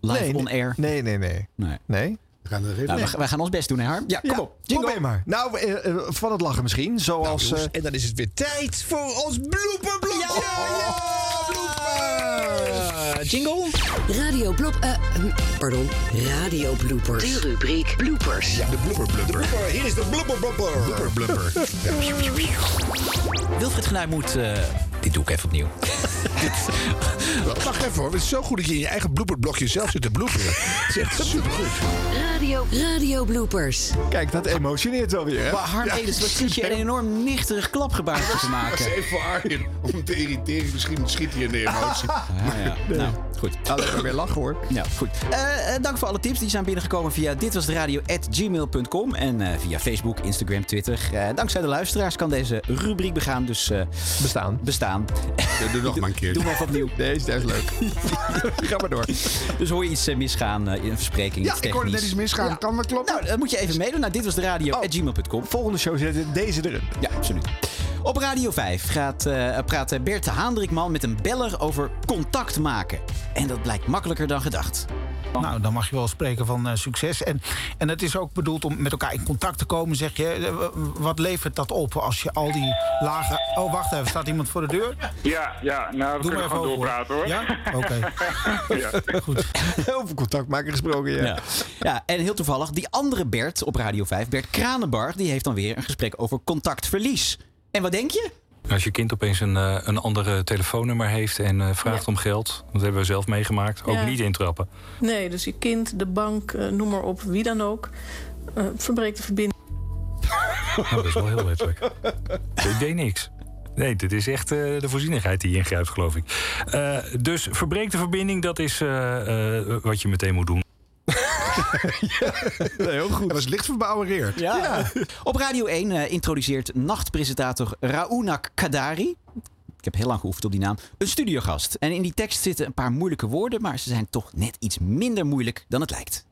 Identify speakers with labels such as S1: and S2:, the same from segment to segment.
S1: Live
S2: nee,
S1: on
S2: nee,
S1: air.
S2: Nee, nee, nee.
S1: Nee.
S2: Nee?
S3: We gaan er even
S1: Nou,
S3: mee.
S1: we- wij gaan ons best doen, hè Harm?
S3: Ja, kom op. Jingle.
S2: Probeer maar. Nou, eh, eh, van het lachen misschien.
S3: Nou,
S2: Zoals...
S3: jongens,
S2: eh,
S3: en dan is het weer tijd voor ons blooperblokje. Ja, bloopers.
S1: Jingle?
S4: Radio Blop... eh, hm, pardon. Radio bloopers. De rubriek bloopers.
S3: Ja, de blooper blumper. Hier is de blooper blumper. Blooper blumper.
S1: Wilfried Genuij moet... eh, dit doe ik even opnieuw.
S3: Wacht even hoor, het is zo goed dat je in je eigen blooperblokje zelf zit te bloeperen. Het is echt supergoed.
S4: Radio... Radio bloopers.
S2: eh, Kijk, dat emotioneert wel weer. hè?
S1: Maar Harm Edens, wat zit je een enorm nichterig klapgebaartje te
S3: Dat is
S1: maken?
S3: even Arjen om te irriteren. Misschien schiet hij in de emotie.
S1: Ja, ja. Nou, goed.
S2: Alleen maar weer lachen hoor.
S1: Ja, goed. Eh, eh, dank voor alle tips die zijn binnengekomen via ditwasderadio.gmail.com en eh, via Facebook, Instagram, Twitter. Eh, dankzij de luisteraars kan deze rubriek begaan, dus eh,
S2: Bestaan.
S1: bestaan.
S3: Ja, doe nog maar een
S1: Doe maar
S3: keer.
S1: even opnieuw.
S2: Nee, is juist leuk. Ga maar door.
S1: Dus hoor je iets eh, misgaan eh, in een verspreking,
S3: Ja,
S1: iets
S3: ik hoorde net
S1: technisch.
S3: iets Oh. misgaan. Kan dat kloppen?
S1: Nou, dat moet je even meedoen naar ditwasderadio.gmail.com.
S2: Volgende show zetten deze erin.
S1: Ja, absoluut. Op Radio 5 gaat, eh, praat Bert de Haandrikman met een beller over contact maken. En dat blijkt makkelijker dan gedacht.
S5: Nou, dan mag je wel spreken van eh, succes. En, en het is ook bedoeld om met elkaar in contact te komen, zeg je. Eh, w- Wat levert dat op als je al die lagen... Oh, wacht even, staat iemand voor de deur?
S6: Ja, ja, nou, we
S5: Doe maar
S6: kunnen
S5: even
S6: gewoon
S5: over,
S6: doorpraten hoor.
S5: Ja? Oké,
S6: Ja.
S5: goed.
S2: Over contact maken gesproken, ja.
S1: Ja. ja, en heel toevallig, die andere Bert op Radio 5, Bert Kranenbar, die heeft dan weer een gesprek over contactverlies. En wat denk je?
S7: Als je kind opeens een, eh, een andere telefoonnummer heeft en eh, vraagt om geld, dat hebben we zelf meegemaakt, ook
S8: Ja.
S7: niet intrappen.
S8: Nee, dus je kind, de bank, eh, noem maar op, wie dan ook, eh, verbreekt de verbinding.
S7: Nou, dat is wel heel wettelijk. Ik deed niks. Nee, dit is echt eh, de voorzienigheid die ingrijpt, geloof ik. Eh, dus verbreek de verbinding, dat is eh, eh, wat je meteen moet doen.
S2: Nee, heel goed.
S3: Dat is licht verbouwereerd.
S1: Ja. Op Radio 1 eh, introduceert nachtpresentator Raounak Kadari. Ik heb heel lang geoefend op die naam. Een studiogast. En in die tekst zitten een paar moeilijke woorden, maar ze zijn toch net iets minder moeilijk dan het lijkt.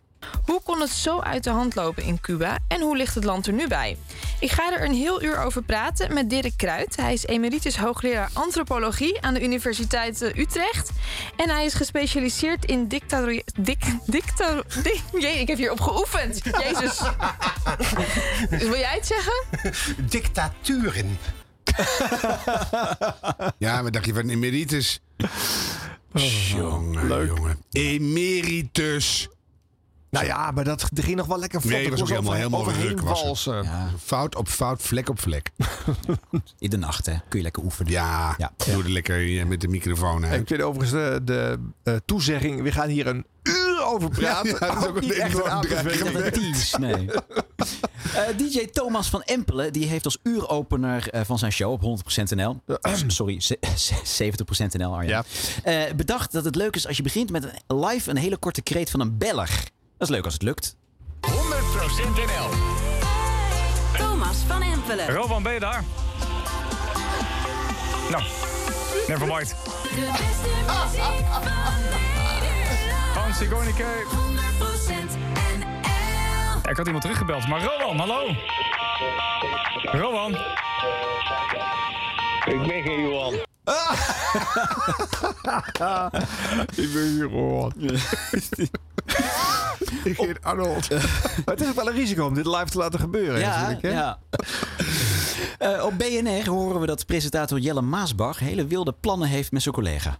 S9: Hoe kon het zo uit de hand lopen in Cuba en hoe ligt het land er nu bij? Ik ga er een heel uur over praten met Dirk Kruid. Hij is emeritus hoogleraar antropologie aan de Universiteit eh, Utrecht. En hij is gespecialiseerd in dictator... Dik, dictator... di- jee, ik heb hierop geoefend. Jezus. Wil jij het zeggen?
S3: Dictaturen. ja, maar dacht je van emeritus? Oh, jongen, jongen. Emeritus.
S2: Nou ja, maar dat ging nog wel lekker vlot.
S3: Nee,
S2: Er
S3: was
S2: kon
S3: ook helemaal-
S2: over-
S3: helemaal
S2: overheen
S3: ruk was het.
S2: walsen.
S3: Fout op fout, vlek op vlek.
S1: In de nacht, hè? Kun je lekker oefenen.
S3: Ja,
S1: Ja.
S3: doe er lekker eh, met de microfoon uit.
S2: Ik vind overigens de, de eh, toezegging, we gaan hier een uur over praten.
S3: Ja, ja, dat is ook
S2: niet
S3: een
S2: echt een
S3: enorm
S2: aanbeveling.
S3: dreigement.
S1: Tease, nee. Eh, DJ Thomas van Empelen die heeft als uuropener eh, van zijn show op 100% NL. Eh, sorry, ze- ze- 70% NL, Arjan.
S2: Ja.
S1: eh, bedacht dat het leuk is als je begint met een live een hele korte kreet van een beller. Dat is leuk als het lukt.
S10: Thomas van Empelen.
S7: Rowan, ben je daar? Nou, nevermind.
S10: De beste muziek van Nederland.
S7: Hans Igonicke.
S10: 100% NL.
S7: Ja, Ik had iemand teruggebeld, maar Rowan, hallo. Rowan.
S6: Ik ben geen Johan.
S2: Ik ben hier gewoon. Ik heet Arnold. maar het is ook wel een risico om dit live te laten gebeuren. natuurlijk, hè?
S1: ja. Eh, op BNR horen we dat presentator Jelle Maasbach hele wilde plannen heeft met zijn collega.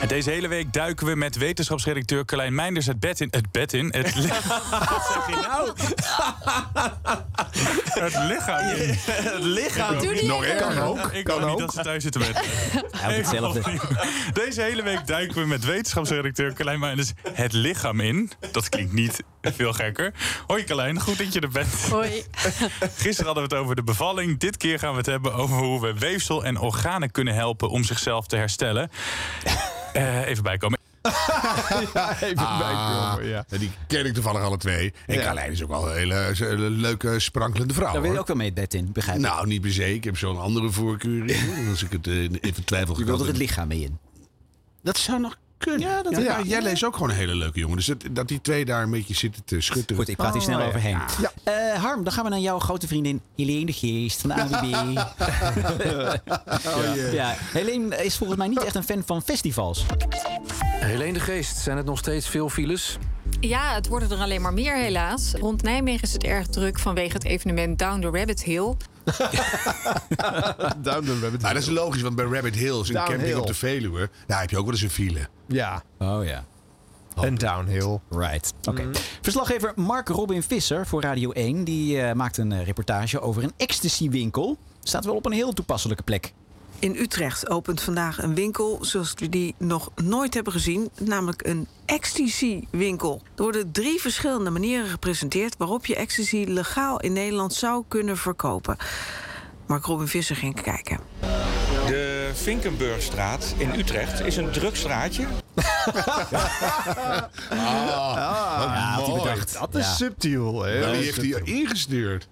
S7: En deze hele week duiken we met wetenschapsredacteur Carlijn Meinders het bed in. Het bed in? Het lichaam.
S9: nou?
S7: Het lichaam. in. Het lichaam.
S9: Doe die
S3: Nog
S9: even.
S3: één kan ook.
S7: Ik kan niet dat ze thuis zitten met.
S1: Ja, hetzelfde.
S7: Deze hele week duiken we met wetenschapsredacteur Carlijn Meinders het lichaam in. Dat klinkt niet veel gekker. Hoi Carlijn, goed dat je er bent.
S9: Hoi.
S7: Gisteren hadden we het over de bevalling. Dit keer gaan we het hebben over hoe we weefsel en organen kunnen helpen om zichzelf te herstellen. Eh, even bijkomen.
S2: Ja, even
S3: Ah,
S2: bijkomen, ja.
S3: ja, Die ken ik toevallig alle twee. En
S2: Ja.
S3: Carlijn is ook wel een hele ze- een leuke, sprankelende vrouw.
S1: Daar wil je
S3: hoor.
S1: ook wel mee het bed in, begrijp ik.
S3: Nou, niet per se. Ik heb zo'n andere voorkeur. Als ik het eh, even twijfel
S1: je wil er het lichaam mee in. Dat zou nog
S3: kunnen. Ja,
S1: dat
S3: ja,
S1: kan.
S3: jij leest ook gewoon een hele leuke jongen. Dus dat, dat die twee daar een beetje zitten te schutteren.
S1: Goed, ik praat hier snel overheen. Eh, Harm, dan gaan we naar jouw grote vriendin Helene de Geest van de AWB.
S3: Oh,
S11: jee.
S1: ja. Helene is volgens mij niet echt een fan van festivals.
S11: Helene de Geest, zijn het nog steeds veel files?
S12: Ja, het worden er alleen maar meer helaas. Rond Nijmegen is het erg druk vanwege het evenement Down the Rabbit Hill.
S3: Down Rabbit Maar Nou, dat is logisch, want bij Rabbit Hill is een
S12: Downhill.
S3: camping op de Veluwe. Daar heb je ook wel eens een file.
S1: Ja. Oh ja.
S3: Een
S1: downhill. Right. Oké.
S3: Mhm.
S1: Verslaggever Mark Robin Visser voor Radio 1 die eh, maakt een eh, reportage over een ecstasywinkel. Staat wel op een heel toepasselijke plek.
S13: In Utrecht opent vandaag een winkel zoals we die nog nooit hebben gezien, namelijk een ecstasy-winkel. Er worden drie verschillende manieren gepresenteerd waarop je ecstasy legaal in Nederland zou kunnen verkopen. Mark Robin Visser ging kijken.
S14: De Vinkenburgstraat in Utrecht is een druk straatje.
S3: Ah,
S1: ja,
S3: Oh,
S1: had hij bedacht. Ja.
S3: Maar wie heeft die ingestuurd?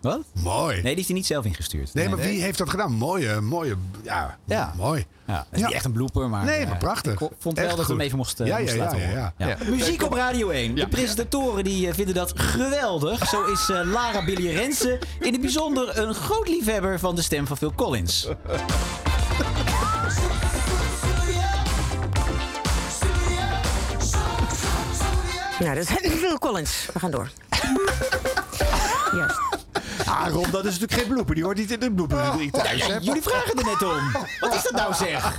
S1: Wat?
S3: Mooi. Nee,
S1: die heeft hij niet zelf ingestuurd.
S3: Nee, maar
S1: Nee, nee.
S3: wie heeft dat gedaan? Mooie, mooie, ja, mooi.
S1: Ja, het is niet echt een blooper, maar...
S3: Nee, maar
S1: eh,
S3: prachtig.
S1: Ik vond wel
S3: Echt
S1: dat we
S3: goed.
S1: hem even moest, eh,
S3: Ja,
S1: moest
S3: ja,
S1: laten
S3: ja,
S1: horen.
S3: ja, ja. Ja.
S1: Muziek op Radio 1. De presentatoren die eh, vinden dat geweldig. Zo is eh, Lara Billy Rensen in het bijzonder een groot liefhebber van de stem van Phil Collins.
S15: Nou, dat is Phil Collins. We gaan door. Juist.
S2: Ah, Ron, dat is natuurlijk geen blooper. Die hoort niet in de blooper.
S1: Ja, ja, jullie vragen er net om. Wat is dat nou zeg?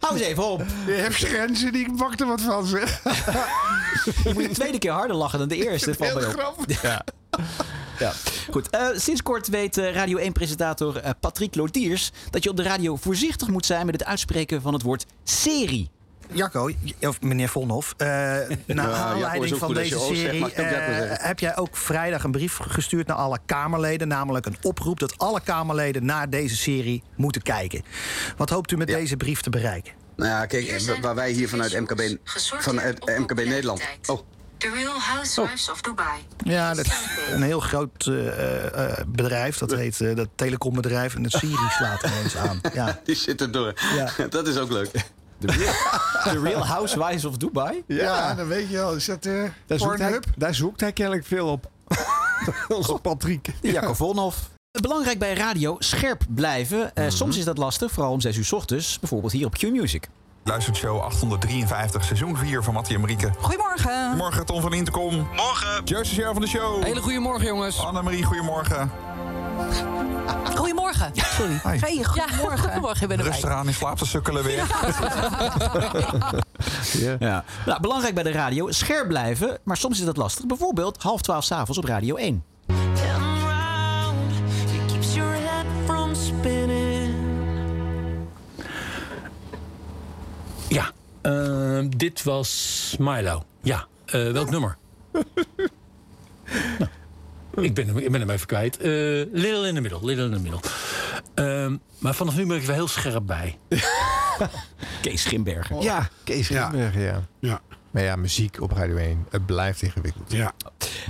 S1: Hou eens even op.
S3: Je hebt grenzen, die ik bakte wat van zeg.
S1: Ik moet de tweede keer harder lachen dan de eerste. Dat valt
S3: Heel
S1: mij op.
S3: grappig.
S1: Ja. Ja. Goed, eh, sinds kort weet eh, Radio 1-presentator eh, Patrick Lodiers dat je op de radio voorzichtig moet zijn met het uitspreken van het woord serie.
S16: Jacco, of meneer Vonhoff, eh naar
S1: Jacco is
S16: aanleiding
S1: ook
S16: van
S1: goed als je
S16: deze
S1: Oost zegt,
S16: serie
S1: mag ik ook Jacco
S16: eh,
S1: zeggen?
S16: heb jij ook vrijdag een brief gestuurd naar alle Kamerleden. Namelijk een oproep dat alle Kamerleden naar deze serie moeten kijken. Wat hoopt u met deze brief te bereiken?
S17: Nou ja, kijk, wa- waar wij hier vanuit MKB, vanuit eh, MKB Nederland. Oh,
S10: The Real Housewives of Dubai.
S16: Ja, dat is een heel groot eh, eh, bedrijf. Dat heet eh, dat telecombedrijf. En het serie slaat ineens aan. Ja.
S17: die zit er door. Dat is ook leuk.
S1: The Real Housewives of Dubai?
S2: Ja,
S3: dan weet je wel. Is dat eh
S2: Daar zoekt, hij,
S3: Pornhub?
S2: daar zoekt hij kennelijk veel op. Onze Patrick.
S1: Jacco Vonhoff. Belangrijk bij radio, scherp blijven. Eh,
S3: Mhm.
S1: Soms is dat lastig, vooral om 6 uur 's ochtends. Bijvoorbeeld hier op Q-Music.
S18: Luistert show 853, seizoen 4 van Mattie en Marieke.
S15: Goedemorgen.
S18: Morgen Tom van Intercom. Morgen. Joost is van de show. Hele goede morgen jongens. Annemarie, goedemorgen.
S15: Goedemorgen. Sorry. Hey, goedemorgen. goedemorgen, ik ben erbij.
S18: Rustig aan in slaap te sukkelen weer.
S1: Ja. Nou, belangrijk bij de radio, scherp blijven. Maar soms is dat lastig. Bijvoorbeeld half 12 s'avonds op Radio 1.
S10: It keeps your head from spinning.
S19: Ja, ehm, dit was Milo. Ja, eh, welk nummer? nou, ik, ben, hem- ik ben hem even kwijt. Eh, little in the middle, little in the middle. Ehm, maar vanaf nu ben ik er wel heel scherp bij.
S1: Kees Schimberger.
S2: Ja, Kees Grimberg, ja. ja. Maar ja, muziek op Radio 1, het blijft ingewikkeld.
S3: Ja.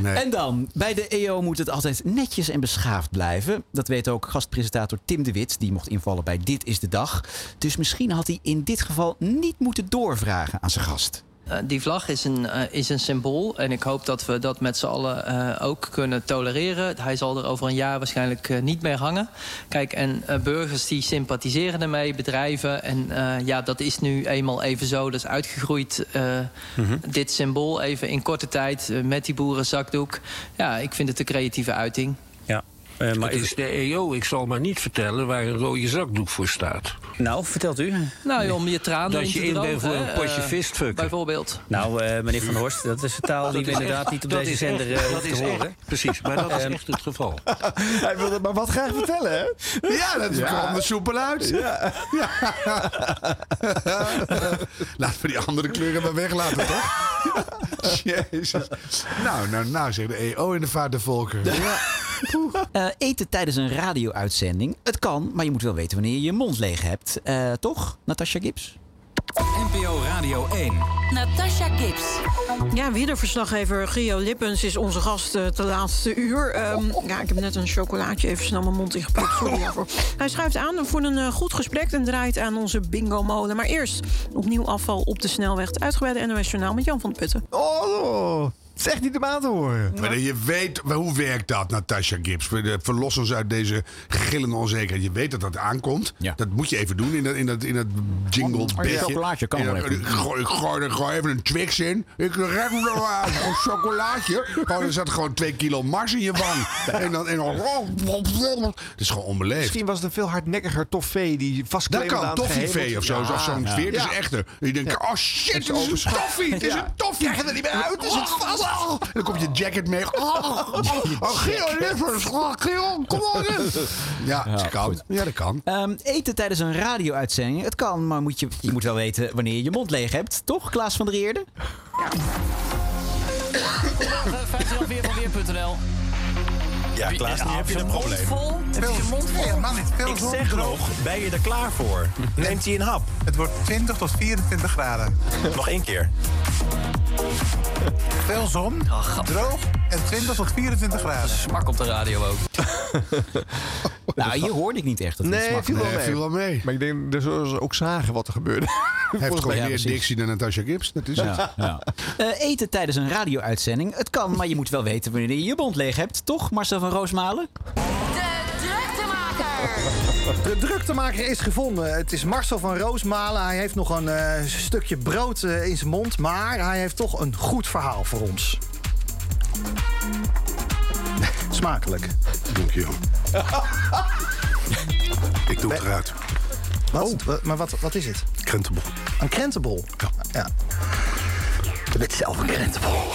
S1: En dan, bij de EO moet het altijd netjes en beschaafd blijven. Dat weet ook gastpresentator Tim de Wit, die mocht invallen bij Dit is de Dag. Dus misschien had hij in dit geval niet moeten doorvragen aan zijn gast.
S20: Eh, die vlag is een, eh, is een symbool en ik hoop dat we dat met z'n allen eh, ook kunnen tolereren. Hij zal er over een jaar waarschijnlijk eh, niet meer hangen. Kijk, en eh, burgers die sympathiseren ermee, bedrijven. En eh, ja, dat is nu eenmaal even zo. Dat is uitgegroeid, eh, dit symbool, even in korte tijd eh, met die boerenzakdoek. Ja, ik vind het een creatieve uiting.
S21: Ja. Eh, maar het is de EO, Oh, ik zal maar niet vertellen waar een rode zakdoek voor staat. Nou, vertelt u.
S20: Nou, om je tranen
S21: Dat
S20: in
S21: je
S20: te
S21: in bent
S20: drogen,
S21: voor een
S20: hè,
S21: potje
S20: eh,
S21: visfucken.
S20: Bijvoorbeeld.
S21: Nou,
S19: meneer Van Horst, dat is een taal
S21: die we inderdaad niet op deze zender, eh, hoeven te horen. Precies, maar dat is echt het geval.
S2: Hij wilde maar wat graag vertellen, hè?
S3: Ja, dat
S2: Ja.
S3: kwam er soepel uit.
S2: Ja.
S3: Laten we die andere kleuren maar weglaten, toch? Jezus. Nou, nou, nou, zegt de EO in de vaart de volker.
S1: Eh, eten tijdens een radio-uitzending. Het kan, maar je moet wel weten wanneer je je mond leeg hebt. Eh, toch, Natasha Gibbs?
S22: NPO Radio 1.
S23: Natasha Gibbs. Ja, wielerverslaggever Gio Lippens is onze gast eh, te laatste uur. Ehm, ja, ik heb net een chocolaatje even snel mijn mond ingepakt. Sorry daarvoor. Hij schuift aan voor een eh, goed gesprek en draait aan onze bingo-molen. Maar eerst opnieuw afval op de snelweg. Het uitgebreide NOS Journaal met Jan van de Putten.
S14: Oh, het is echt niet normaal te horen.
S3: Maar je weet, maar hoe werkt dat, Natasha Gibbs? We- eh, Verlos ons uit deze gillende onzekerheid. Je weet dat dat aankomt. Dat moet je even doen in dat, in dat, in dat jingle
S1: Oh,
S3: bedje.
S1: een chocolaatje kan
S3: In
S1: wel
S3: dat-
S1: even.
S3: Gooi, ik gooi, er gewoon even een Twix in. Ik rem hem wel aan. Een chocolaatje. Gewoon, er zat gewoon twee kilo mars in je wang. En dan... En dan het is gewoon onbeleefd.
S14: Misschien was het een veel hardnekkiger toffee die
S3: dat
S14: vastkleefde
S3: kan,
S14: aan het
S3: toffee
S14: gehemelte.
S3: vee of zo. Of zo'n sfeer. Het is echter. En je denkt,
S14: Ja.
S3: oh shit,
S14: Het
S3: het
S14: is
S3: is een
S14: overschat.
S3: toffee. Het is
S14: Ja.
S3: een toffie. Oh.
S14: Krijg je er niet meer uit? Is het vast?
S3: En dan komt je jacket mee. Oh, oh, oh, oh, Gio Lippers. Oh, Gio, kom op in. Ja, dat kan. Ja, dat kan.
S1: Ehm, eten tijdens een radio-uitzending. Het kan, maar moet je, je moet wel weten wanneer je je mond leeg hebt. Toch, Klaas van der Eerde?
S22: Vijfde weer van weer.nl.
S24: Ja, Klaas, nu heb je een probleem.
S22: Vol? Heb je je mond vol?
S24: Helemaal niet. Veel
S22: Ik
S24: zon
S22: zeg
S24: droog.
S22: Ben je er klaar voor?
S24: Neemt hij een hap? Het wordt 20 tot 24 graden.
S22: Nog één keer.
S24: Veel zon, droog en 20 tot 24 graden.
S22: Smak op de radio ook.
S1: nou, hier hoorde ik niet echt.
S22: dat het
S14: nee,
S1: smakte.
S14: viel wel
S1: Nee,
S14: mee.
S1: viel wel
S14: mee. Maar ik denk dat ze ook zagen wat er gebeurde.
S3: Hij heeft
S14: Volgens
S3: gewoon
S14: mij-
S3: meer
S14: Ja, precies.
S3: Dixie dan Natasha Gibbs. Dat is
S1: Ja,
S3: het.
S1: ja. Eh, eten tijdens een radio-uitzending. Het kan, maar je moet wel weten wanneer je je mond leeg hebt. Toch, Marcel van Roosmalen?
S16: De druktemaker is gevonden. Het is Marcel van Roosmalen. Hij heeft nog een eh, stukje brood eh, in zijn mond. Maar hij heeft toch een goed verhaal voor ons. Smakelijk.
S3: Dankjewel. Ik doe het eruit.
S16: Wat?
S24: Oh.
S16: Wa- Maar wat, wat is het?
S24: Krentenbol.
S16: Een krentenbol? Ja.
S24: Ik ben zelf een krentenbol.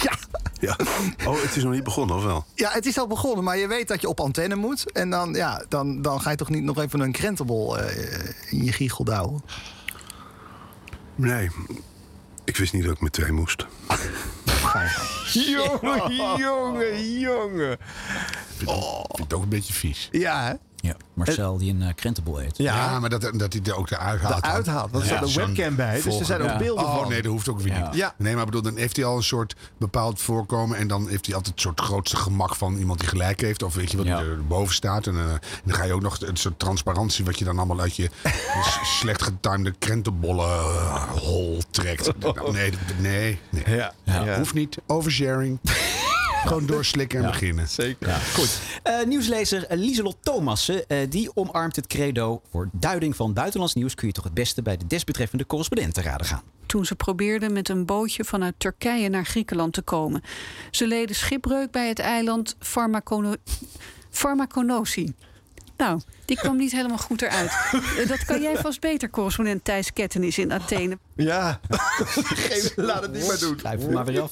S16: Ja.
S24: Ja. Oh, het is nog niet begonnen, of wel?
S16: Ja, het is al begonnen, maar je weet dat je op antenne moet. En dan, ja, dan, dan ga je toch niet nog even een krentenbol eh, in je giegel douwen?
S24: Nee, ik wist niet dat ik met twee moest.
S14: Jongen, jongen, jongen.
S3: Vind het ook een beetje vies.
S14: Ja, hè?
S1: Ja, Marcel die een eh, krentenbol eet.
S3: Ja, maar dat, dat hij er ook de uithaalt.
S14: De uithaalt, want er staat een
S3: zo'n
S14: webcam bij, dus er
S3: volgende-
S14: zijn ook beelden
S3: oh,
S14: van.
S3: nee, dat hoeft ook weer niet.
S14: Ja.
S3: Nee, maar ik bedoel, dan heeft hij al een soort bepaald voorkomen... en dan heeft hij altijd het soort grootste gemak van iemand die gelijk heeft... of weet je wat er boven staat. En eh, dan ga je ook nog een soort transparantie... wat je dan allemaal uit je s- slecht getimede krentenbollen eh, hol trekt. Nou, nee, dat- nee, nee.
S14: Oh. Ja.
S3: Hoeft niet. Oversharing. Gewoon doorslikken en
S1: Ja.
S3: beginnen.
S14: Zeker.
S1: Goed. Eh, nieuwslezer eh, Lieselot Thomassen, eh, die omarmt het credo... voor duiding van buitenlands nieuws kun je toch het beste... bij de desbetreffende correspondent te raden gaan.
S18: toen ze probeerden met een bootje vanuit Turkije naar Griekenland te komen. Ze leden schipbreuk bij het eiland Pharmacono Pharmaconosi. Nou, die kwam niet helemaal goed eruit. Eh, Dat kan jij vast beter, correspondent Thijs Kettenis in Athene.
S14: Ja. Laat het niet meer doen.
S1: Blijf het maar weer af.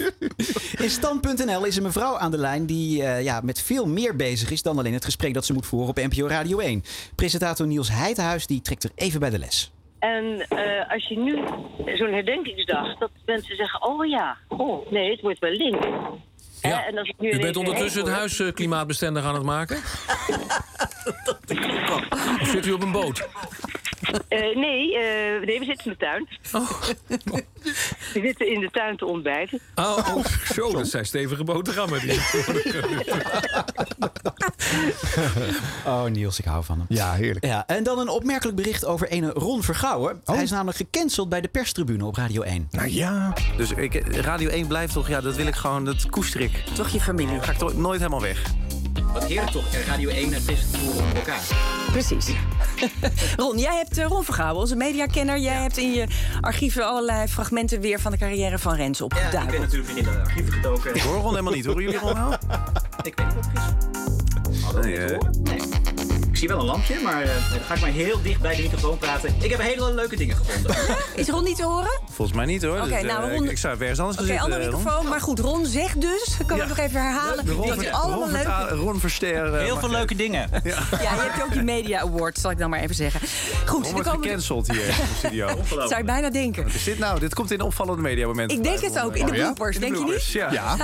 S1: In stand.nl is een mevrouw aan de lijn die eh, ja, met veel meer bezig is dan alleen het gesprek dat ze moet voeren op NPO Radio 1. Presentator Niels Heidhuis die trekt er even bij de les.
S10: En eh, als je nu zo'n herdenkingsdag, dat mensen zeggen: oh ja, oh nee, het wordt wel link. Hè,
S4: Ja.
S10: en als ik nu
S4: U
S10: in één
S4: bent
S10: keer
S4: ondertussen het
S10: hoor-
S4: huis eh, klimaatbestendig aan het maken? Of zit u op een boot?
S10: Eh, nee, eh, nee, we zitten in de tuin. we zitten in de tuin te ontbijten.
S4: Oh, oh, zo, dat zijn stevige boterhammen. Die...
S1: Oh, Niels, ik hou van hem.
S14: Ja, heerlijk.
S1: Ja, en dan een opmerkelijk bericht over ene Ron Vergouwen. Hij is namelijk gecanceld bij de perstribune op Radio 1.
S14: Nou ja.
S8: Dus ik, Radio 1 blijft toch, ja, dat wil ik gewoon, dat koester ik. Toch je familie. Ga ik toch nooit helemaal weg.
S22: Wat heerlijk toch, Radio 1 en presentatoren op elkaar.
S25: Precies. Ron, jij hebt eh, Ron Vergouwen, onze mediakenner. Jij hebt in je archieven allerlei fragmenten weer van de carrière van Rens
S22: Ja, ik
S25: opgeduikeld.
S22: ben natuurlijk in de archieven gedoken.
S8: Ik hoor Ron helemaal niet. Horen jullie Ron wel?
S22: Ik weet niet wat het is. Hadden we het horen? Nee. Ik zie wel een lampje, maar eh, dan ga ik maar heel dicht bij de microfoon praten. Ik heb hele leuke dingen gevonden.
S25: Is Ron niet te horen?
S8: Volgens mij niet hoor.
S25: Oké,
S8: Dus, eh,
S25: nou, Ron-
S8: ik, ik zou even ergens anders eh,
S25: Oké,
S8: gaan zitten.
S25: ander microfoon. Maar goed, Ron zegt dus, kan ik nog even herhalen,
S8: De Ron
S25: dat je
S8: Ver-
S25: allemaal
S8: Ron
S25: leuk
S8: Verta- Ron Verster. eh,
S22: Heel
S8: mag
S22: veel
S8: ik-
S22: leuke dingen.
S25: Ja, je hebt ook die Media Award, zal ik dan maar even zeggen. Goed,
S8: Ron
S25: er
S8: wordt
S25: komen-
S8: gecanceld hier in de studio.
S25: Ongelooflijk. Zou je bijna denken.
S8: Wat is dit nou? Dit komt in opvallende mediamomenten.
S25: Ik denk het ook, in de
S8: Oh, ja?
S25: bloopers,
S8: In de
S25: denk je
S8: bloopers,
S25: niet?
S8: Ja.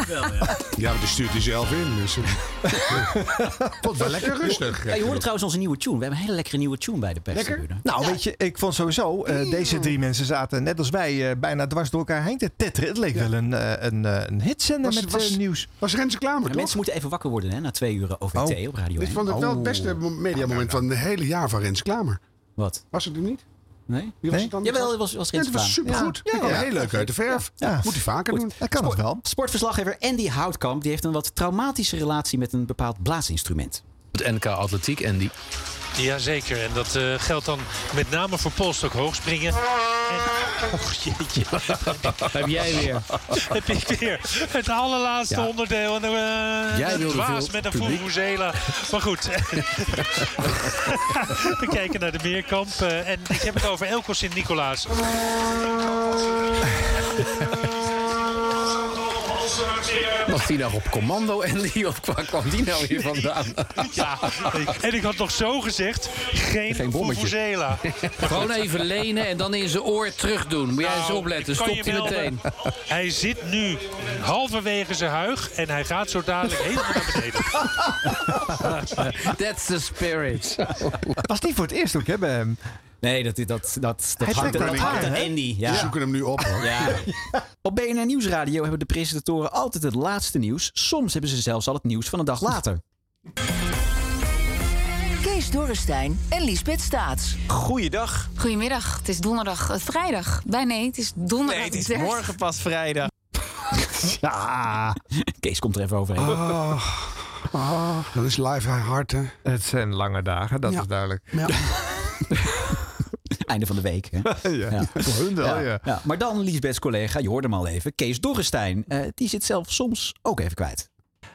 S3: Ja, maar die stuurt hij zelf in. Dus... eh, Wat wel lekker rustig.
S1: Ja, je hoorde trouwens ons onze nieuwe tune. We hebben een hele lekkere nieuwe tune bij de perstribune.
S9: Nou, weet je, ik vond sowieso, eh, deze drie mensen zaten net als wij eh, bijna dwars door elkaar heen te tetteren. Het leek wel een, eh, een, eh, een hitzender met eh, nieuws.
S3: Was Renze Klamer, toch?
S1: Mensen moeten even wakker worden hè, na twee uren OVT op Radio 1.
S3: Ik vond het wel het
S1: Oh.
S3: beste mo- mediamoment van het hele jaar van Rens Klamer.
S1: Wat?
S3: Was het hem niet?
S1: Nee.
S3: Wie was het dan?
S1: Jawel, het was, was
S3: Ja,
S1: Rens
S3: het was
S1: Vlaam.
S3: supergoed.
S1: Ja.
S3: Ja,
S1: Ja.
S3: Heel leuk uit de verf.
S1: Ja.
S3: Moet hij vaker doen.
S9: Dat kan nog wel.
S1: Sportverslaggever Andy Houtkamp die heeft een wat traumatische relatie met een bepaald blaasinstrument.
S4: Het NK Atletiek, Andy.
S19: Jazeker, en dat eh, geldt dan met name voor polstok hoogspringen. En... Och jeetje.
S4: Heb jij weer.
S19: Heb ik weer. Het allerlaatste
S4: Ja.
S19: onderdeel. En, eh,
S4: Jij wilde
S19: dwaas
S4: veel
S19: met een
S4: publiek.
S19: Vuvuzela. Maar goed. We kijken naar de Meerkamp. eh, en ik heb het over Elko Sint-Nicolaas.
S4: Was die nou op commando, Andy? Of waar kwam die nou weer vandaan?
S19: Ja, en ik had nog zo gezegd, geen,
S4: Geen
S19: geen
S4: bommetje.
S19: Vuvuzela. Maar
S20: Gewoon
S19: goed.
S20: even lenen en dan in zijn oor terugdoen. Moet jij eens
S19: Nou,
S20: opletten,
S19: ik kan
S20: stopt
S19: je
S20: hij meteen.
S19: melden, Hij zit nu halverwege zijn huig en hij gaat zo dadelijk helemaal naar beneden.
S20: That's the spirit.
S9: Het was niet voor het eerst ook, hè, bij hem.
S1: Nee, dat, dat, dat, dat,
S9: Hij
S1: hangt,
S9: trekt
S1: dat
S9: aan
S1: hangt
S9: elkaar,
S1: aan
S9: hè?
S1: Andy.
S9: We
S1: Ja.
S9: zoeken hem nu op, hoor.
S1: Ja. Op BNR Nieuwsradio hebben de presentatoren altijd het laatste nieuws. Soms hebben ze zelfs al het nieuws van een dag later.
S12: Kees Dorrestein en Liesbeth Staats.
S8: Goeiedag.
S12: Goedemiddag, het is donderdag, eh, vrijdag. Bij nee, het is donderdag.
S8: Nee, het is
S12: 30.
S8: morgen pas vrijdag.
S1: Ja. Oh. Kees komt er even overheen. Ah.
S3: Dat Ah. is live hard, hè?
S9: Het zijn lange dagen, dat is duidelijk.
S1: Einde van de week. Hè?
S9: Ja, voor hun wel, ja.
S1: Maar dan Liesbeths collega, je hoorde hem al even, Kees Dorrestein. eh, die zit zelf soms ook even kwijt.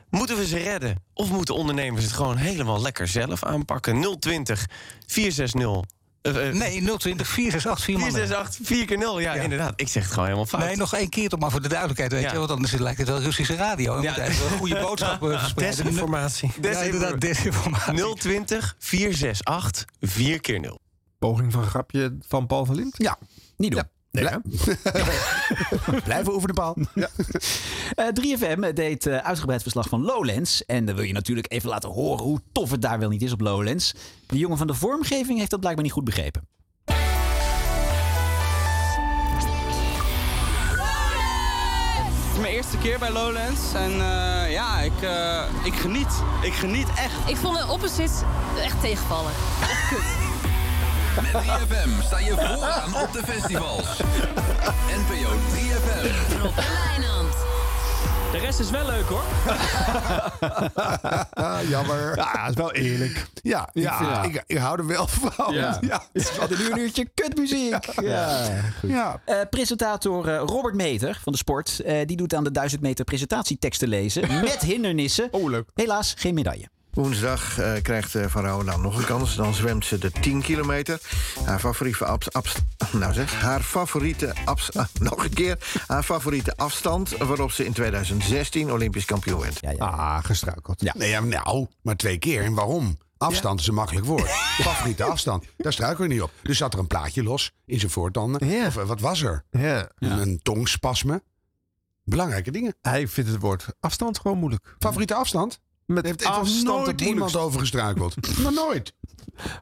S8: Moeten we ze redden? Of moeten ondernemers het gewoon helemaal lekker zelf aanpakken? 020 460. eh, eh, Nee, 020 468 468 4 keer 0. Ja, inderdaad. Ik zeg het gewoon helemaal fout. Nee, nog één keer toch maar voor de duidelijkheid, weet Ja. je. Want anders lijkt het wel Russische radio. We Ja. moeten eigenlijk wel een goede boodschap eh, verspreiden. Desinformatie. Ja, inderdaad, desinformatie. 020 468 4 keer 0.
S9: Poging van grapje van Paul van Liemt?
S1: Ja, niet doen.
S9: Ja.
S1: Blijven over de paal. Eh, 3FM deed eh, uitgebreid verslag van Lowlands. En dan wil je natuurlijk even laten horen hoe tof het daar wel niet is op Lowlands. De jongen van de vormgeving heeft dat blijkbaar niet goed begrepen.
S2: Het is mijn eerste keer bij Lowlands en eh, ja, ik, eh, ik geniet. Ik geniet echt.
S26: Ik vond de opposites echt tegenvallen. Echt kut.
S5: Met 3FM sta je vooraan op de festivals. NPO 3FM.
S2: De rest is wel leuk hoor.
S1: Ah,
S3: Jammer.
S9: Ja, is wel eerlijk.
S3: Ja, ik,
S9: Ja.
S3: vind- ik, ik hou er wel van.
S1: Ja.
S3: Ja.
S1: We hadden nu een uurtje kutmuziek.
S3: Ja.
S1: Ja. Eh, presentator eh, Robert Meter van de Sport. eh, die doet aan de 1000 meter presentatieteksten lezen. met hindernissen. Oh, leuk. Helaas geen medaille.
S16: Woensdag eh, krijgt eh, Van Rouwendaal nog een kans. Dan zwemt ze de 10 kilometer. Nou, Haar favoriete, abs, abs- nou zeg, haar favoriete, abs, ah, nog een keer, haar favoriete afstand... waarop ze in 2016 Olympisch kampioen werd.
S3: Ah, gestruikeld. Nee, ja, nou, maar twee keer. En waarom? Afstand is een makkelijk woord. Favoriete afstand. Daar struiken we niet op. Dus zat er een plaatje los in zijn voortanden. Of eh, wat was er? Een, een tongspasme. Belangrijke dingen.
S9: Hij vindt het woord afstand gewoon moeilijk.
S3: Favoriete afstand?
S9: Met
S3: Heeft- heeft
S9: afstand
S3: nooit
S9: het
S3: iemand
S9: moeilijkst.
S3: over gestruikeld. maar nooit.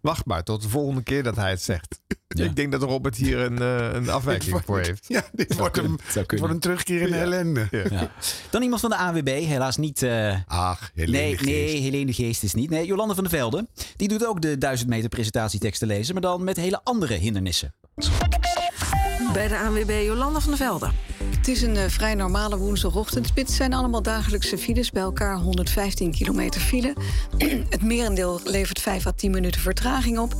S9: Wacht maar tot de volgende keer dat hij het zegt. Ik denk dat Robert hier een, eh, een afwijking voor heeft.
S3: Ja, dit wordt hem.
S1: Voor
S3: een terugkeer in de ellende.
S1: Ja. Dan iemand van de AWB, helaas niet. eh,
S3: Ach, Helene
S1: nee,
S3: Geest.
S1: nee, Helene Geest is niet. Nee, Jolande van der Velde. Die doet ook de 1000 meter presentatieteksten lezen, maar dan met hele andere hindernissen.
S27: Bij de ANWB Jolanda van der Velde.
S22: Het is een eh, vrij normale woensdagochtendspit. Het zijn allemaal dagelijkse files, bij elkaar 115 kilometer file. het merendeel levert 5 à 10 minuten vertraging op.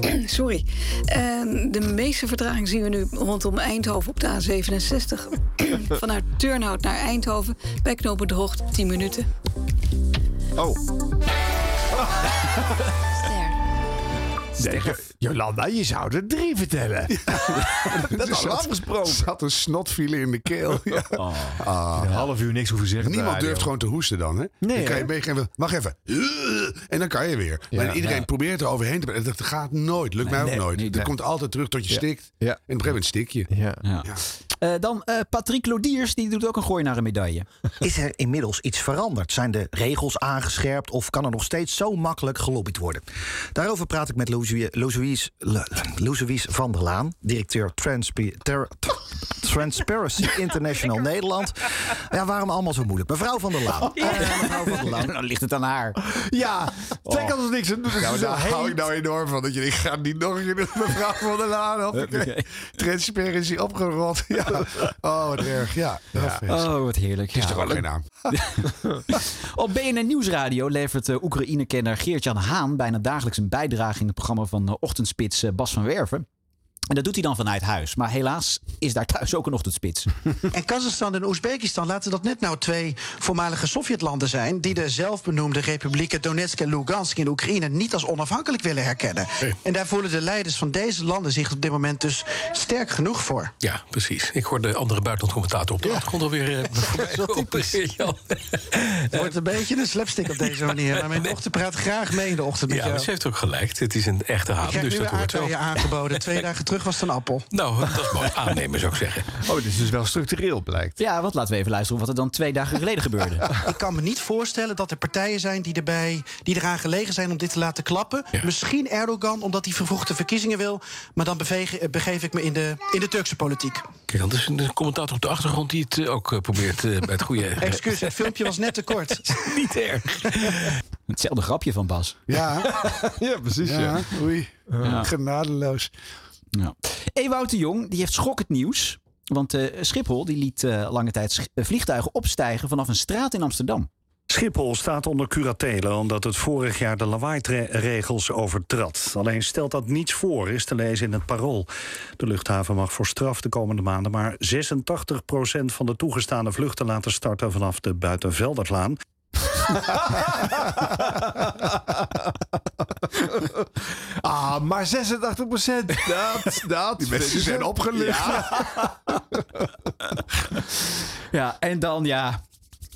S22: Sorry. En de meeste vertraging zien we nu rondom Eindhoven op de A67. Vanuit Turnhout naar Eindhoven, bij knopen de Hoogte 10 minuten.
S9: Oh. Nee, Jolanda, je zou er drie vertellen.
S3: dat
S1: Dus
S9: hadden we afgesproken.
S3: Er zat een snotfile in de keel. Ja. Ah.
S9: Een half uur niks hoeven zeggen.
S3: Niemand
S9: op de
S3: durft
S9: radio.
S3: gewoon te hoesten dan, hè?
S9: Nee,
S3: dan kan je
S9: hè?
S3: meegeven, wacht even. En dan kan je weer.
S9: Ja,
S3: maar iedereen
S9: ja.
S3: probeert er overheen te brengen. Dat gaat nooit. Lukt
S9: Nee,
S3: mij ook
S9: nee,
S3: nooit.
S9: niet,
S3: Het
S9: nee.
S3: komt altijd terug tot je
S9: Ja.
S3: stikt.
S9: Ja.
S3: En op een gegeven moment stik je.
S9: Ja.
S1: Ja. Eh, dan eh, Patrick Lodiers, die doet ook een gooi naar een medaille.
S10: Is er inmiddels iets veranderd? Zijn de regels aangescherpt of kan er nog steeds zo makkelijk gelobbyd worden? Daarover praat ik met Louis- Louis Lu- Louis van der Laan, directeur Transpi- Ter- Transparency International Nederland. Ja, waarom allemaal zo moeilijk? Mevrouw van der Laan. Eh, mevrouw van der Laan.
S1: Dan ligt het aan haar. Oh.
S10: Ja,
S1: trek
S10: als
S1: niks.
S10: Ja, maar daar hou ik
S1: nou enorm van. Dat je, ik ga niet nog een mevrouw van der Laan op.
S10: Transparency opgerold. Ja.
S1: Oh, wat erg. Ja. Oh, wat heerlijk.
S3: Is
S1: Ja.
S3: toch wel geen naam?
S1: Op BNN Nieuwsradio levert eh, Oekraïne-kenner Geert-Jan Haan bijna dagelijks een bijdrage in het programma van eh, ochtendspits eh, Bas van Werven. En dat doet hij dan vanuit huis. Maar helaas is daar thuis ook een ochtendspits.
S14: En Kazachstan en Oezbekistan, laten dat net nou twee voormalige Sovjetlanden zijn... die de zelfbenoemde republieken Donetsk en Lugansk in Oekraïne... niet als onafhankelijk willen herkennen. En daar voelen de leiders van deze landen zich op dit moment dus sterk genoeg voor.
S5: Ja, precies. Ik hoor de andere buitenlandcommentator op de achtergrond alweer eh, voorbij komen.
S14: Het wordt een beetje een slapstick op deze manier. Maar mijn dochter praat graag mee in de ochtend met
S5: Ja,
S14: jou.
S5: maar ze heeft ook gelijk. Het is een echte
S14: Ik
S5: haan,
S14: krijg
S5: dus
S14: nu
S5: dat
S14: een
S5: hoort wel.
S14: aardbeien aangeboden. Twee dagen terug was het een appel.
S5: Nou, dat is mooi aannemen, zou ik zeggen.
S1: Oh, dit is dus wel structureel blijkt. Ja, want laten we even luisteren wat er dan twee dagen geleden gebeurde.
S14: Ik kan me niet voorstellen dat er partijen zijn die, erbij, die eraan gelegen zijn om dit te laten klappen. Misschien Erdogan, omdat hij vervroegde verkiezingen wil. Maar dan beveeg- eh, begeef ik me in de, in de Turkse politiek.
S5: Kijk, dat is een commentator op de achtergrond die het eh, ook eh, probeert eh, bij het goede.
S14: Excuus, het filmpje was net te kort.
S5: Niet erg.
S1: Hetzelfde grapje van Bas.
S14: Ja.
S1: ja, precies.
S14: ja.
S1: Oei.
S14: Genadeloos.
S1: Ja. Ewout de Jong die heeft schokkend nieuws. Want eh, Schiphol die liet eh, lange tijd sch- eh, vliegtuigen opstijgen vanaf een straat in Amsterdam.
S15: Schiphol staat onder curatele omdat het vorig jaar de lawaairegels overtrad. Alleen stelt dat niets voor, is te lezen in het parool. De luchthaven mag voor straf de komende maanden maar 86% van de toegestane vluchten laten starten vanaf de Buitenvelderlaan.
S2: Ah, maar 86 Dat, dat.
S1: Die mensen
S2: vind ik
S1: zijn
S2: wel-
S1: opgelucht.
S2: Ja.
S1: Ja, en dan ja.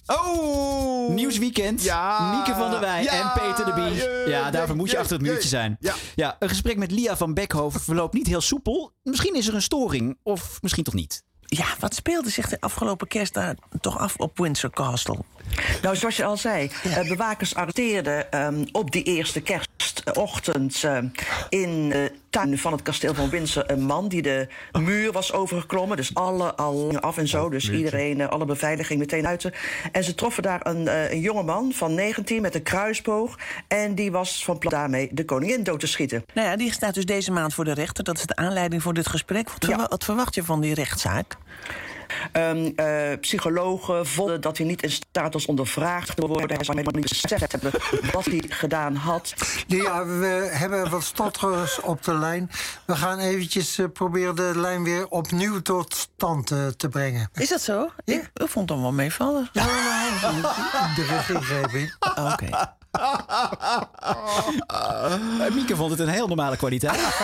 S1: Oh! Nieuwsweekend. Ja. Mieke van der Wij
S2: Ja.
S1: en Peter de Bie.
S2: Jee,
S1: ja, daarvoor
S2: jee,
S1: moet je
S2: jee,
S1: achter het muurtje
S2: jee.
S1: zijn.
S2: Ja.
S1: een gesprek met Lia van Beckhoven verloopt niet heel soepel. Misschien is er een storing, of misschien toch niet.
S16: Ja, wat speelde zich de afgelopen kerst daar toch af op Windsor Castle?
S17: Nou, zoals je al zei, eh, bewakers arresteerden ehm, op die eerste kerstochtend ehm, in de tuin van het kasteel van Windsor een man die de muur was overgeklommen. Dus alle al af en zo. Dus iedereen, eh, alle beveiliging meteen uit. En ze troffen daar een, eh, een jongeman van 19 met een kruisboog. En die was van plan daarmee de koningin dood te schieten.
S16: Nou ja, die staat dus deze maand voor de rechter. Dat is de aanleiding voor dit gesprek. Wat, verwa- wat verwacht je van die rechtszaak?
S17: Ehm, eh, psychologen vonden dat hij niet in staat was ondervraagd te worden. Hij zou helemaal niet beseft hebben wat hij gedaan had.
S19: Ja, we hebben wat stotterers op de lijn. We gaan eventjes eh, proberen de lijn weer opnieuw tot stand eh, te brengen.
S16: Is dat zo? Ik, ik vond hem wel meevallen.
S19: De regiegeving.
S16: Oké.
S1: Eh, Mieke vond het een heel normale kwaliteit.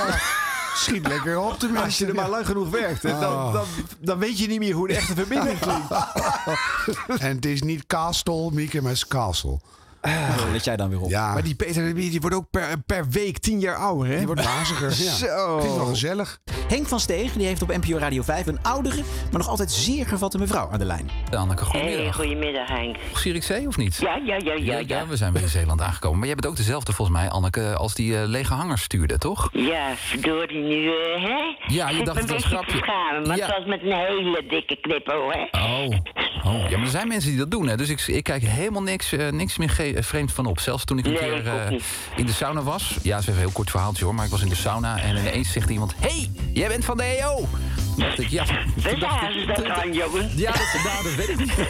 S1: Schiet lekker op tenminste.
S2: Als je er maar lang genoeg werkt, hè,
S1: Oh.
S2: dan, dan, dan weet je niet meer hoe de echte verbinding klinkt.
S3: en het is niet Castle, Mieke, maar het is Castle.
S1: dat jij Nou, dan weer op.
S3: Ja.
S2: Maar die Peter de Bie, die wordt ook per, per week tien jaar ouder, hè?
S3: Die wordt waziger, ja.
S2: Zo.
S3: Klinkt wel
S1: gezellig. Henk van Steeg die heeft op NPO Radio 5 een oudere, maar nog altijd zeer gevatte mevrouw aan de lijn.
S5: Anneke,
S20: Hey,
S5: goedemiddag.
S20: goedemiddag Henk.
S5: Zierikzee of niet?
S20: Ja, ja, ja, ja, ja.
S5: we zijn weer in Zeeland aangekomen. Maar jij bent ook dezelfde volgens mij, Anneke, als die eh, lege hangers stuurde, toch?
S20: Ja, verdorie nu, eh, hè?
S5: Ja, je
S20: Zit
S5: dacht het was
S20: me een beetje te
S5: grapje.
S20: schamen, maar
S5: Ja.
S20: het was met een hele dikke knipoog, hè?
S5: Oh. oh. Ja, maar er zijn mensen die dat doen, hè. Dus ik, ik kijk helemaal niks, eh, niks meer ge- eh, vreemd van op. Zelfs toen ik een
S20: Nee,
S5: keer
S20: ik ook
S5: eh,
S20: niet.
S5: in de sauna was. Ja, het is even een heel kort verhaaltje, hoor. Maar ik was in de sauna en ineens zegt iemand... hey, jij bent van de EO! Toen dacht ik, ja...
S20: We
S5: toen dacht ik-
S20: zagen ze dat aan, jongen.
S5: Ja, dat, nou, dat weet ik niet.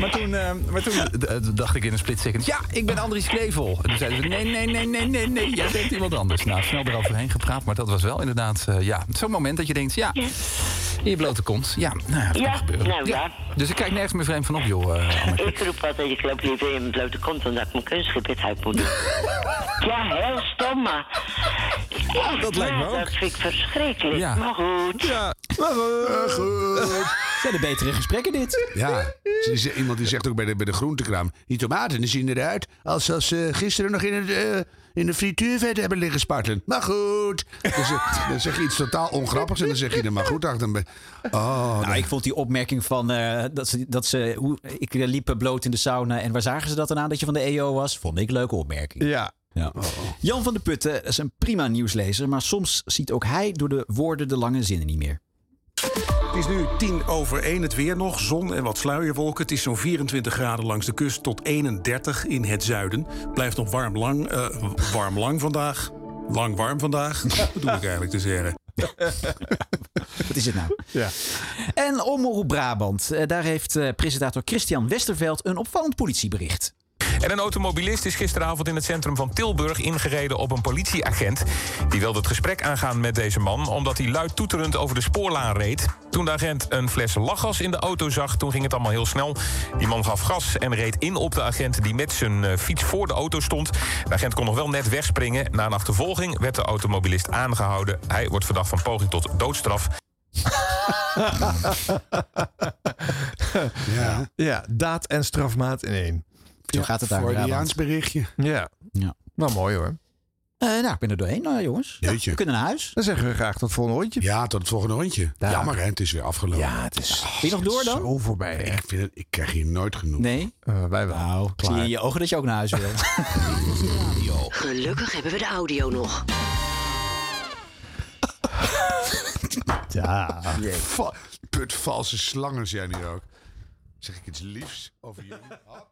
S5: Maar toen, eh, maar toen d- d- dacht ik in een split second... ja, ik ben Andries Klevel. En toen zeiden ze... nee, nee, nee, nee, nee, nee, jij bent iemand anders. Nou, snel eroverheen gepraat, maar dat was wel inderdaad... eh, ja, zo'n moment dat je denkt, ja, in je blote kont. Ja, nou, ja, dat kan gebeuren.
S20: nou ja.
S5: Dus ik kijk nergens meer vreemd van op, joh. eh, Anneke.
S20: Ik roep altijd, ik loop liever in mijn blote kont dan dat ik mijn kunstgebit uit moet doen. ja, heel stom, maar...
S5: dat lijkt me ook.
S20: Dat vind ik verschrikkelijk,
S1: Ja.
S20: maar goed.
S1: Ja. goed. Zijn de betere gesprekken dit?
S3: Ja, Ze- ze- iemand die zegt ook bij de, bij de groentekraam... die tomaten die zien eruit alsof ze gisteren nog in het eh, in de frituurvet hebben liggen spartelen. Maar goed. Dus, eh, dan zeg je iets totaal ongrappigs en dan zeg je er maar goed achter. Dan ben- Oh,
S1: Nou, ik vond die opmerking van eh, dat ze, dat ze hoe, ik eh, liep bloot in de sauna en waar zagen ze dat dan aan dat je van de EO was? Vond ik een leuke opmerking.
S2: Ja.
S5: Oh,
S1: Jan van de Putten is een prima nieuwslezer, maar soms ziet ook hij door de woorden de lange zinnen niet meer.
S4: Het is nu 10 over 1, het weer nog, zon en wat sluierwolken. Het is zo'n 24 graden langs de kust tot 31 in het zuiden. Blijft nog warm lang, eh, warm lang vandaag. Lang warm vandaag, dat bedoel ik eigenlijk te zeggen.
S1: Wat is het nou? En Omroep Brabant, eh, daar heeft eh, presentator Christian Westerveld een opvallend politiebericht.
S6: En een automobilist is gisteravond in het centrum van Tilburg ingereden op een politieagent. Die wilde het gesprek aangaan met deze man omdat hij luid toeterend over de spoorlaan reed. Toen de agent een fles lachgas in de auto zag, toen ging het allemaal heel snel. Die man gaf gas en reed in op de agent die met zijn eh, fiets voor de auto stond. De agent kon nog wel net wegspringen. Na een achtervolging werd de automobilist aangehouden. Hij wordt verdacht van poging tot doodstraf.
S2: ja. ja, daad en strafmaat in één.
S1: Zo gaat het daar in Brabant.
S2: berichtje. Ja.
S1: ja.
S2: Nou, mooi hoor.
S1: Eh, nou, ik ben er doorheen, nou, jongens. We kunnen naar huis.
S2: Dan zeggen we graag tot het volgende rondje.
S3: Ja, tot het volgende rondje. Jammer hè, het is weer afgelopen. Ja, het
S2: is...
S1: je nog door dan?
S2: Zo voorbij. Eh,
S3: Ik, vind het, ik krijg hier nooit genoeg.
S1: Nee?
S2: wij wel.
S1: Nou, Ik zie in je ogen dat je ook naar huis wil.
S11: Gelukkig hebben we de audio nog.
S1: Ja.
S3: Va- Put valse slangen zijn hier ook. Zeg ik iets liefs over jullie?